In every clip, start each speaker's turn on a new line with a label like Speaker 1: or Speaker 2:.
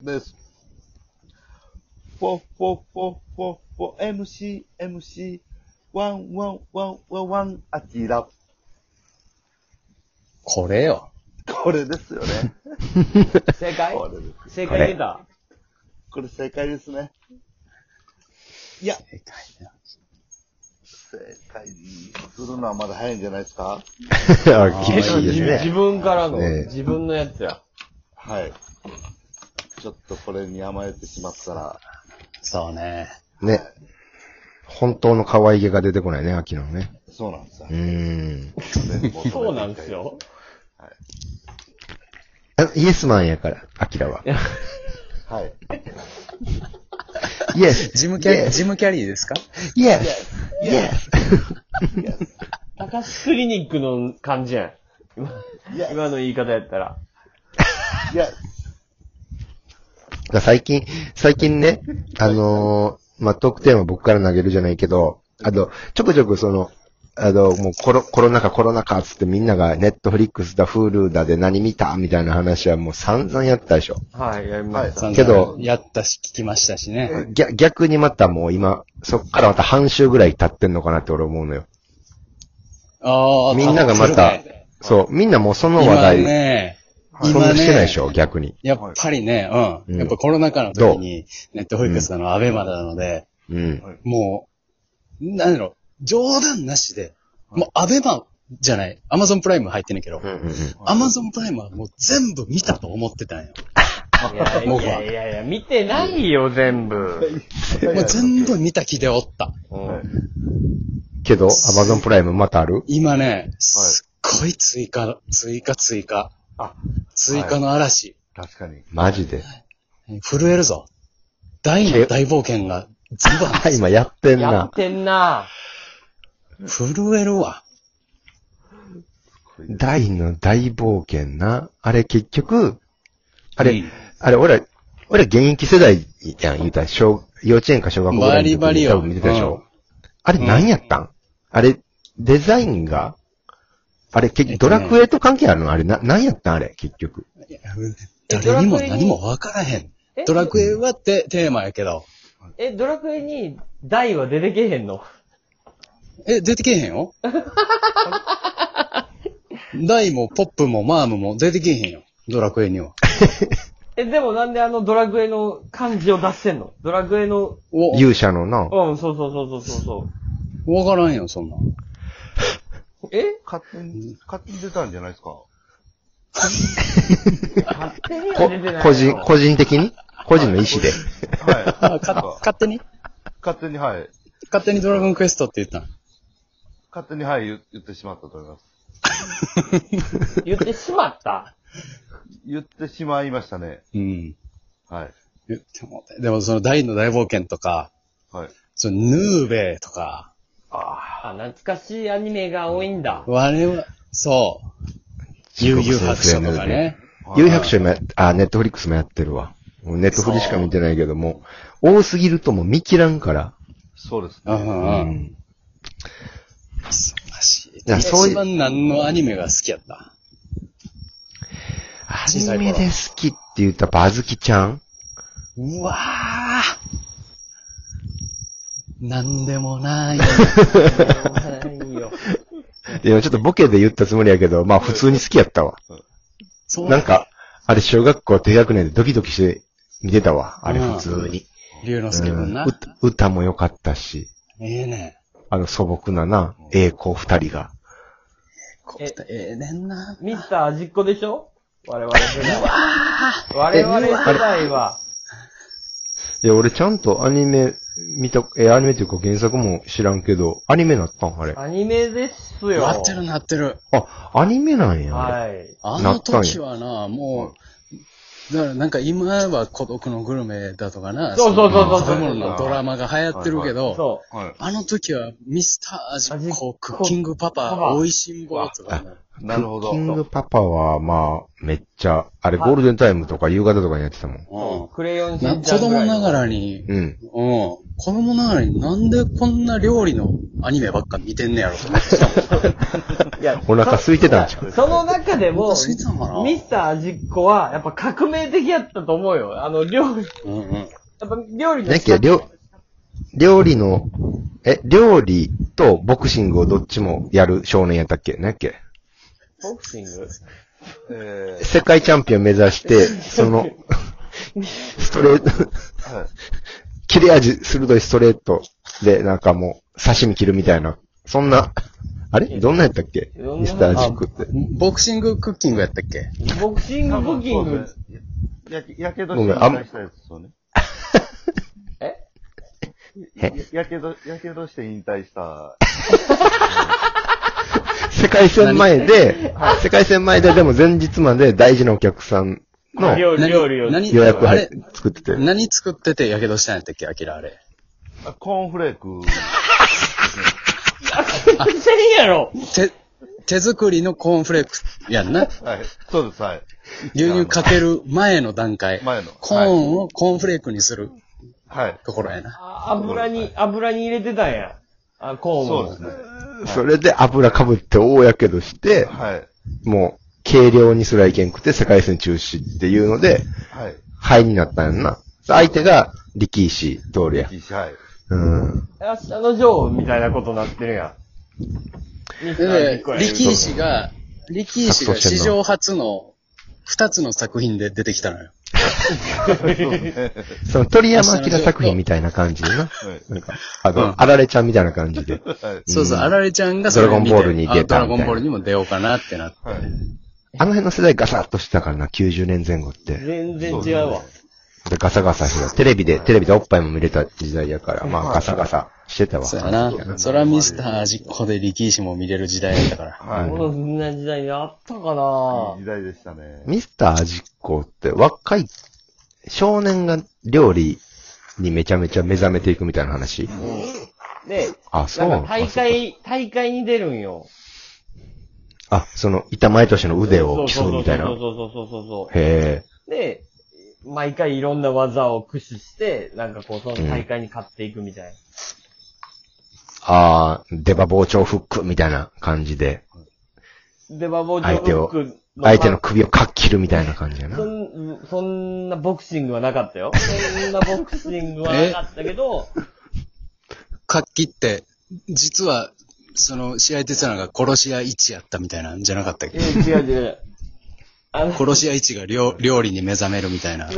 Speaker 1: です。フォフォフォフォフォ MC、MC、ワンワンワンワンワン、アキラ。
Speaker 2: これ よ。
Speaker 1: これですよね。
Speaker 3: 正解
Speaker 1: これです。
Speaker 3: 正解出た。
Speaker 1: これ正解ですね。いや、
Speaker 2: でかい
Speaker 1: 正解するのはまだ早いんじゃないですか
Speaker 2: な。厳しいです
Speaker 3: 自分自
Speaker 2: ね。
Speaker 3: 分からの、
Speaker 2: ええ
Speaker 3: 自分のやつや。
Speaker 1: はい。ちょっとこれに甘えてしまったら、
Speaker 2: そうね。
Speaker 4: ね。本当の可愛げが出てこないね、秋のね。
Speaker 1: そうなんですよ
Speaker 4: う。ーん。
Speaker 3: そうなんです。よ。
Speaker 4: あイエスマンやから、秋は。
Speaker 1: はい。
Speaker 4: イエス
Speaker 2: ジムキャリー、ジムキャリーですか
Speaker 4: イエスイエス
Speaker 3: 高須クリニックの感じやん。今
Speaker 1: いや
Speaker 3: 今の言い方やったら。
Speaker 1: いや、
Speaker 4: 最近、最近ね、あのーまあ、トークテーマ僕から投げるじゃないけど、あと、ちょくちょくその、あの、もうコロ、コロナ禍コロナ禍っつってみんながネットフリックスだ、フールだで何見たみたいな話はもう散々やったでしょ。
Speaker 3: はい、やりました。
Speaker 4: けど
Speaker 2: やったし、聞きましたしね。
Speaker 4: 逆逆にまたもう今、そっからまた半周ぐらい経ってんのかなって俺思うのよ。
Speaker 2: ああ、
Speaker 4: みんながま
Speaker 2: た
Speaker 4: た、そう、みんなもうその話
Speaker 2: 今
Speaker 4: 題、
Speaker 2: ね、
Speaker 4: そんなしてないでし
Speaker 2: ょ。
Speaker 4: ょ、逆に。
Speaker 2: やっぱりね、う。
Speaker 4: うんん
Speaker 2: やっぱコロナ禍の時に、ネットフリックスなの、アベマなので、
Speaker 4: うん。
Speaker 2: もう、なんやろ、冗談なしで、もうアベマじゃない、アマゾンプライム入ってんねんけど、
Speaker 4: うんうんうん
Speaker 2: アマゾンプライムはもう全部見たと思ってたんよ。
Speaker 3: いやいやいやいや、見てないよ、全部。
Speaker 2: もう全部見た気でおった。
Speaker 3: うん
Speaker 4: けど、アマゾンプライムまたある
Speaker 2: 今ね、すっごい追加、追加、追加。
Speaker 1: あ
Speaker 2: 追加の嵐。
Speaker 1: 確かに。
Speaker 4: マジで。
Speaker 2: 震えるぞ。大の大冒険がズバ
Speaker 4: あ、
Speaker 2: ン。
Speaker 4: 今やってん
Speaker 3: や
Speaker 4: な
Speaker 3: っ。てんな
Speaker 2: 震えるわ。
Speaker 4: 大の大冒険な。あれ結局、あれ、
Speaker 2: うん
Speaker 4: あれ、俺ら、俺ら現役世代やん、言うたら、小、幼稚園か小学校ぐらいの時に
Speaker 2: バリバリよ
Speaker 4: 多分見てたでしょ。
Speaker 2: うん
Speaker 4: あれ何やったん、あれ、デザインが、あれ結
Speaker 2: えっ
Speaker 4: 局、
Speaker 2: と
Speaker 4: ド
Speaker 2: ね
Speaker 4: ラクエと関係あるのあれ、な、何やったんあれ、結局。
Speaker 2: 誰にも
Speaker 3: ドラクエに
Speaker 2: 何もわからへん。
Speaker 3: え
Speaker 2: ドラクエはってテーマやけど。
Speaker 3: え、ドラクエに、大は出てけへんの
Speaker 2: え、出てけえへんよ大もポップもマームも出てけえへんよ。ドラクエには。
Speaker 3: え、でもなんであのドラクエの漢字を出してんのドラクエの、
Speaker 2: お
Speaker 4: 勇者のな。
Speaker 3: うん、そうそうそうそうそうそ
Speaker 2: わからんよ、そんなん。
Speaker 3: う。え
Speaker 1: 勝手に、勝手に出たんじゃないですか
Speaker 3: 勝手には
Speaker 4: こ
Speaker 3: 出てないよ。
Speaker 4: 個人、個人的に個人の意思で。
Speaker 1: は
Speaker 2: あ、か、 勝手に
Speaker 1: い。勝手に、はい。
Speaker 2: 勝手にドラゴンクエストって言ったん
Speaker 1: 勝手に、はい、言言ってしまったと思います。
Speaker 3: 言ってしまった。
Speaker 1: 言ってしまいましたね。
Speaker 2: うん。
Speaker 1: はい。
Speaker 2: 言ってもうたでもその大の大冒険とか、
Speaker 1: はい。
Speaker 2: そのヌーベイとか、
Speaker 3: あ、懐かしいアニメが多いん だ。
Speaker 2: 我々、そう、悠々白書とかね。
Speaker 4: 有百姓もや、あ、ネットフリックスもやってるわ。もうネットフリしか見てないけども、多すぎるともう見切らんから。
Speaker 1: そうです
Speaker 2: う
Speaker 1: ね。
Speaker 2: んう
Speaker 4: うん
Speaker 2: うん。。素晴らしい。
Speaker 4: いやそういう
Speaker 2: 一番何のアニメが好きやった
Speaker 4: ア
Speaker 2: 小さい
Speaker 4: ニメ
Speaker 2: 頃
Speaker 4: で好きって言ったらバズキちゃん
Speaker 2: うわぁなんでもない。
Speaker 3: いいよ。
Speaker 4: いや、ちょっとボケで言ったつもりやけど、まあ普通に好きやったわ。
Speaker 2: そう
Speaker 4: なんか、あれ小学校低学年でドキドキして見てたわ。あれ
Speaker 2: うん
Speaker 4: 普通に。
Speaker 2: 龍之介くんな
Speaker 4: う。歌歌も良かったし、
Speaker 2: ええね
Speaker 4: あの素朴なな、栄光二人
Speaker 2: ん。
Speaker 4: が。
Speaker 2: ええねんな。
Speaker 3: ミスター味っ子でしょ我々世代は。我々世代は。
Speaker 4: いや、俺ちゃんとアニメ見た、え、アニメっていうか原作も知らんけど、アニメなったんあれ。
Speaker 3: アニメですよ。
Speaker 2: なってるなってる。
Speaker 4: あ、アニメなんや。あれ
Speaker 3: はい。
Speaker 2: あ
Speaker 4: な
Speaker 2: の
Speaker 4: ったんや
Speaker 2: 時はな、もう、だからなんか今は孤独のグルメだとかな、
Speaker 3: そうそうそうそう
Speaker 2: そういうもののドラマが流行ってるけど、
Speaker 3: そ
Speaker 1: は
Speaker 2: あの時はミスター味っ子、ク
Speaker 3: 味っ子
Speaker 2: ッキングパ
Speaker 3: パ
Speaker 2: パ、
Speaker 3: パ
Speaker 2: 美味しんぼとかも、
Speaker 1: い。なるほど。
Speaker 4: キングパパは、まあ、めっちゃ、あれ、ゴールデンタイムとか夕方とかにやってたもん。
Speaker 3: うそう。
Speaker 2: う
Speaker 3: クレヨン
Speaker 2: ん
Speaker 3: し
Speaker 2: なん
Speaker 3: ちゃ
Speaker 2: 子
Speaker 3: んぐら
Speaker 2: 供
Speaker 3: いの
Speaker 2: ながらに、うん、
Speaker 4: うん。
Speaker 2: 子供ながらになんでこんな料理のアニメばっか見てんねやろと思ってたもん
Speaker 3: いや
Speaker 4: お腹空いてたんちゃ
Speaker 3: そその中でも、
Speaker 2: お腹空いてたのかな
Speaker 3: ミスター味っ子は、やっぱ革命的やったと思うよ。あの、料理、
Speaker 2: うんうん。
Speaker 3: やっぱ料理の
Speaker 4: だっけ、料、料理の、え、料理とボクシングをどっちもやる少年やったっけなんやっけ
Speaker 3: ボクシング
Speaker 1: え
Speaker 4: 世界チャンピオン目指して、そ の、ストレート、
Speaker 1: ー、はい。
Speaker 4: 切れ味鋭いストレートで、なんかもう、刺身切るみたいな。そんな、あれどんなんやったっけ
Speaker 3: いろんな
Speaker 4: ミスタージックって。
Speaker 2: ボクシングクッキングやったっけ
Speaker 3: ボクシング、ボクシン
Speaker 1: そうで
Speaker 3: グ
Speaker 1: す。ねやけやけど
Speaker 4: ご
Speaker 1: し
Speaker 4: め
Speaker 1: て
Speaker 4: んあん
Speaker 1: 引退したやつですよね。
Speaker 3: え
Speaker 1: ややけど、やけどして引退した。
Speaker 4: 世界戦前で、世界戦前で、でも前日まで大事なお客さんの
Speaker 3: 料理、
Speaker 2: 何
Speaker 3: 料理を。
Speaker 2: 何
Speaker 4: 予約
Speaker 2: あ
Speaker 4: 入
Speaker 2: れ
Speaker 4: っ、作ってて。
Speaker 2: 何作っててやけどしたんやったっけアキラあれ。
Speaker 1: あコーンフレーク。
Speaker 3: せんやろ
Speaker 2: 手、手作りのコーンフレークや んな。
Speaker 1: はい。そうです、はい。
Speaker 2: 牛乳かける前の段階。
Speaker 1: 前の
Speaker 2: コーンをコーンフレークにする
Speaker 1: はい。
Speaker 2: ところやな。
Speaker 3: あ油に、油に入れてたんや。あ、コーンを。
Speaker 1: そうですね。
Speaker 4: それで油かぶって大やけどして、
Speaker 1: はい。
Speaker 4: もう、軽量にすらいけんくて世界戦中止っていうので、
Speaker 1: はい。
Speaker 4: 灰になったんやんな。相手が力石通るや
Speaker 1: い。いしはい。
Speaker 4: うん。
Speaker 3: 明日のジョーみたいなことなってるやん。ミスタージ
Speaker 2: で
Speaker 3: ッコ、や言うと
Speaker 2: 力士が、力士が史上初の二つの作品で出てきたのよ。
Speaker 4: その鳥山明作品みたいな感じでな。
Speaker 1: はい。
Speaker 4: なんか、あの、
Speaker 2: うん
Speaker 4: あられちゃんみたいな感じで。
Speaker 1: はい。
Speaker 2: そうそう、
Speaker 4: うん
Speaker 2: あられちゃんがそれを見て
Speaker 4: ドラゴンボールに行けた
Speaker 2: あドラゴンボールにも出ようかなってなって。
Speaker 1: はい。
Speaker 4: あの辺の世代ガサッとしてたからな、90年前後って。
Speaker 3: 全然違うわ。
Speaker 4: でガサガサしてた。テレビで、テレビでおっぱいも見れた時代やから、まあガサガサしてたわ。
Speaker 2: そうやな。そらミスター味っ子で力士も見れる時代だったから。
Speaker 1: はい。
Speaker 3: こんな時代にあったか
Speaker 1: いい
Speaker 3: な
Speaker 1: 時代でしたね。
Speaker 4: ミスター実行って若い、少年が料理にめちゃめちゃ目覚めていくみたいな話。
Speaker 3: で、
Speaker 4: あ、そう。
Speaker 3: なんか大会、大会に出るんよ。
Speaker 4: あ、その、板前としての腕を
Speaker 3: そ
Speaker 4: 競うみたいな
Speaker 3: そう。そうそうそうそうそう
Speaker 4: へえ。
Speaker 3: で、毎回いろんな技を駆使して、なんかこう、その大会に勝っていくみたいな。
Speaker 4: あー、出刃包丁フックみたいな感じで、
Speaker 3: で、バボー
Speaker 4: 相手を
Speaker 3: ジョーク
Speaker 4: 相手の首をかっ切るみたいな感じやな
Speaker 3: そ。ん、そんなボクシングはなか ったよ。そんなボクシングはなかったけど、
Speaker 2: 活気って、実は、その、試合出てたのが殺し屋一やったみたいなんじゃなかったっ
Speaker 3: え
Speaker 2: け
Speaker 3: 違う違う。あの、
Speaker 2: 殺し屋一が料料理に目覚めるみたいな。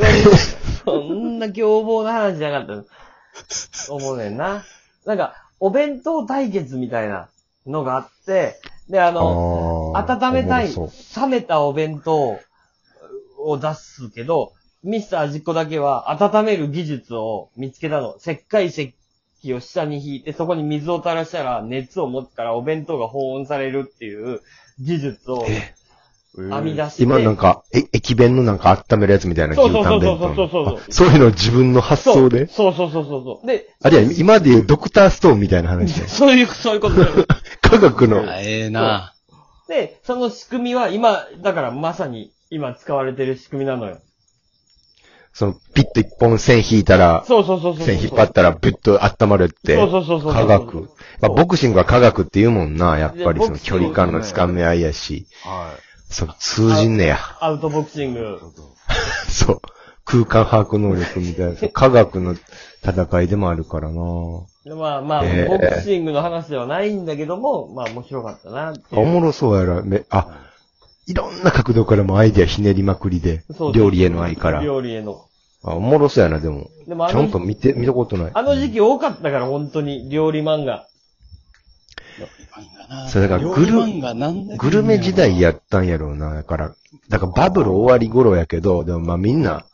Speaker 3: そんな凶暴な話じゃなかった。思うねんな。なんか、お弁当対決みたいなのがあって、で、あの、
Speaker 4: あー
Speaker 3: 温めたい、
Speaker 4: おもろそ
Speaker 3: 冷めたお弁当を出すけど、ミスター味っ子だけは温める技術を見つけたの。石灰石器を下に引いて、そこに水を垂らしたら熱を持つからお弁当が保温されるっていう技術を編み出して。
Speaker 4: う今なんか、え、駅弁のなんか温めるやつみたいな
Speaker 3: そ
Speaker 4: 牛
Speaker 3: うそう
Speaker 4: タ
Speaker 3: そ
Speaker 4: ン
Speaker 3: う
Speaker 4: 弁
Speaker 3: そ
Speaker 4: 当
Speaker 3: うそうそうそう
Speaker 4: の。あそういうのを自分の発想で。
Speaker 3: そうそうそうそうそう。で、。
Speaker 4: あれや、今で言うドクターストーンみたいな話で
Speaker 3: そういう、そういうことだよ
Speaker 4: 科学の。
Speaker 2: あええな
Speaker 3: で、その仕組みは今、だからまさに今使われてる仕組みなのよ。
Speaker 4: その、ピッと一本線引いたら、
Speaker 3: そうそうそうそうそう。
Speaker 4: 線引っ張ったら、ビュッと温まるって。
Speaker 3: そうそうそうそうそう
Speaker 4: 科学。まあ、ボクシングは科学って言うもんな。やっぱり
Speaker 3: いや
Speaker 4: その距離感のつかめ合いやし。
Speaker 1: は
Speaker 4: そう、通じんねや。
Speaker 3: アウトボクシング
Speaker 1: い。。そうそう
Speaker 4: そう。空間把握能力みたいな。科学の戦いでもあるからな。お
Speaker 3: まあまあ、
Speaker 4: ええ
Speaker 3: ボクシングの話ではないんだけども、まあ面白かったなっていう。
Speaker 4: もろそうやら、め、あ、いろんな角度からもアイデアひねりまくりで
Speaker 3: そうそう。
Speaker 4: 料理への愛から。
Speaker 3: 料理への。
Speaker 4: あ、おもろそうやな、でも。
Speaker 3: でもあ
Speaker 4: ちゃ
Speaker 3: の
Speaker 4: んと見て、見たことない。
Speaker 3: あの時期多かったから、本当に、料理漫画。
Speaker 4: そうだからグル
Speaker 2: 料理漫画なんだけど
Speaker 4: グルメ時代やったんやろうな。だから、だからバブル終わり頃やけど、でもまあみんな、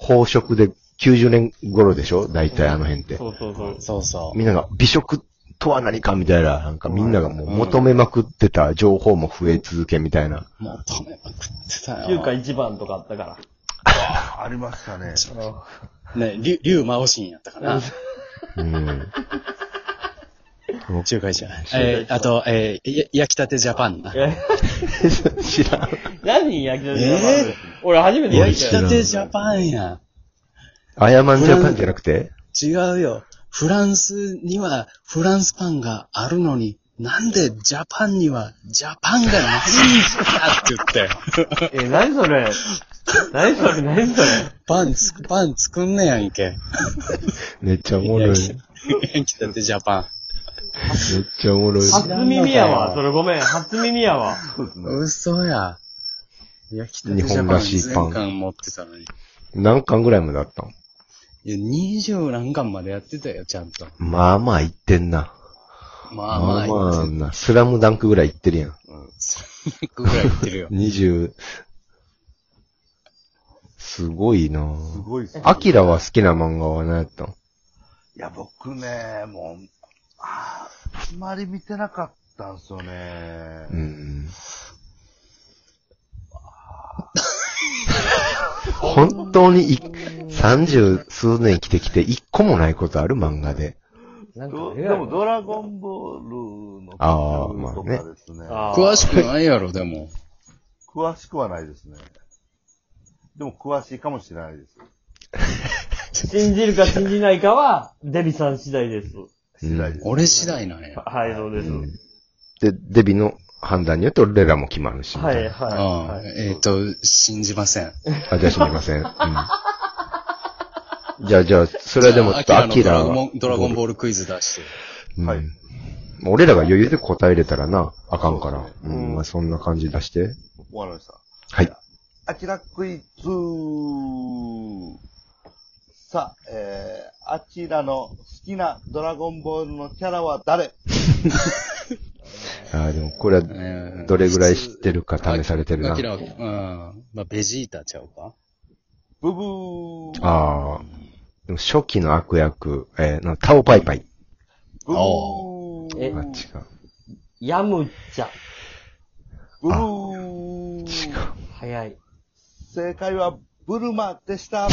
Speaker 4: 飽食で90年頃でしょ大体あの辺って
Speaker 3: そ。うそうそう。
Speaker 2: そうそう。
Speaker 4: みんなが美食とは何かみたいな、なんかみんながもう求めまくってた情報も増え続けみたいな。
Speaker 2: もう止めまくってた
Speaker 3: 9か
Speaker 2: よ。
Speaker 3: 1番とかあったか
Speaker 1: あありましたね。
Speaker 2: ね、竜、竜魔王シーンやったか な。
Speaker 4: うん。
Speaker 2: 中華じゃない。えー、あと、えー、や焼きたてジャパンな。
Speaker 3: ら。え
Speaker 4: 知らん。
Speaker 3: 何焼きたてジャパン
Speaker 2: え
Speaker 3: 俺初めて
Speaker 2: 焼
Speaker 3: 焼
Speaker 2: き
Speaker 3: きた
Speaker 2: たてジャパンや。
Speaker 4: アヤマンジャパンじゃなくて
Speaker 2: 違うよ。フランスにはフランスパンがあるのに、なんでジャパンにはジャパンがないんだって言って、
Speaker 3: え、何それ何それ何それ
Speaker 2: パンつ、パン作んねやんけ。
Speaker 4: めっちゃおもろい。めっ
Speaker 2: 元気だって ジャパン。
Speaker 4: ちゃおもろい。
Speaker 3: 初耳やわ。それごめん。初耳やわ。
Speaker 1: そうですね。
Speaker 2: 嘘や。焼きたて
Speaker 4: 日
Speaker 2: ジャ
Speaker 4: 本
Speaker 2: パン
Speaker 4: らしいパン
Speaker 2: 全巻持ってたのに。
Speaker 4: 何巻ぐらいまであったの
Speaker 2: いや、20何巻までやってたよ、ちゃんと。
Speaker 4: まあまあ言ってんな。
Speaker 2: まあま
Speaker 4: ま
Speaker 2: あ、
Speaker 4: あ
Speaker 2: ま
Speaker 4: ま
Speaker 2: あ
Speaker 4: あ、な。スラムダンクぐらい言ってるやん。。
Speaker 2: ぐらい言ってるよ
Speaker 4: 20、すごいな
Speaker 1: すごいですね。
Speaker 4: アキラは好きな漫画は何やったの
Speaker 1: いや、僕ね、もう、あーあんまり見てなかったんですよね。
Speaker 4: うん。本当にい、三十数年生きてきて一個もないことある漫画で。
Speaker 3: なん
Speaker 1: ど
Speaker 3: か
Speaker 1: でも、ドラゴンボールの
Speaker 4: あーまあね
Speaker 1: とかですね。
Speaker 3: あー
Speaker 2: 詳しくないやろ、でも。
Speaker 1: 詳しくはないですね。でも、詳しいかもしれないです。
Speaker 3: 信じるか信じないかは、デビさん次第です。
Speaker 1: 次第です。
Speaker 2: 俺次第なんや。
Speaker 3: はい、そうです。
Speaker 4: うんで、デビの判断によって俺らも決まるし。み
Speaker 3: は
Speaker 4: たい
Speaker 3: い、
Speaker 4: な
Speaker 2: うん
Speaker 3: は。
Speaker 2: えっと、信じません。
Speaker 4: あ、じゃあ知りません。うん。じゃあ、じゃあ、それはでも、ちょっとアキラ
Speaker 2: のドラ
Speaker 4: は
Speaker 2: ゴン。ドラゴンボールクイズ出して。
Speaker 4: うん
Speaker 1: はい
Speaker 4: 俺らが余裕で答えれたらな、あかんから。
Speaker 1: そう
Speaker 4: う
Speaker 3: ね
Speaker 4: ん、まあそんな感じ出して。
Speaker 1: 終わりました。
Speaker 4: はい。
Speaker 1: アキラクイズさあ、えー、アキラの好きなドラゴンボールのキャラは誰
Speaker 4: あーでもこれは、
Speaker 2: うん
Speaker 4: どれぐらい知ってるか試されてるな
Speaker 2: アキ。ラは、うん。まあ、ベジータちゃうか
Speaker 1: ブブー
Speaker 4: ああ。でも初期の悪役、えー、なタオパイパイ。
Speaker 1: ブブー
Speaker 3: え
Speaker 4: あ、違う。
Speaker 3: い。ヤムチャ。
Speaker 1: ブブー
Speaker 3: 早い。
Speaker 1: 正解はブルマでした。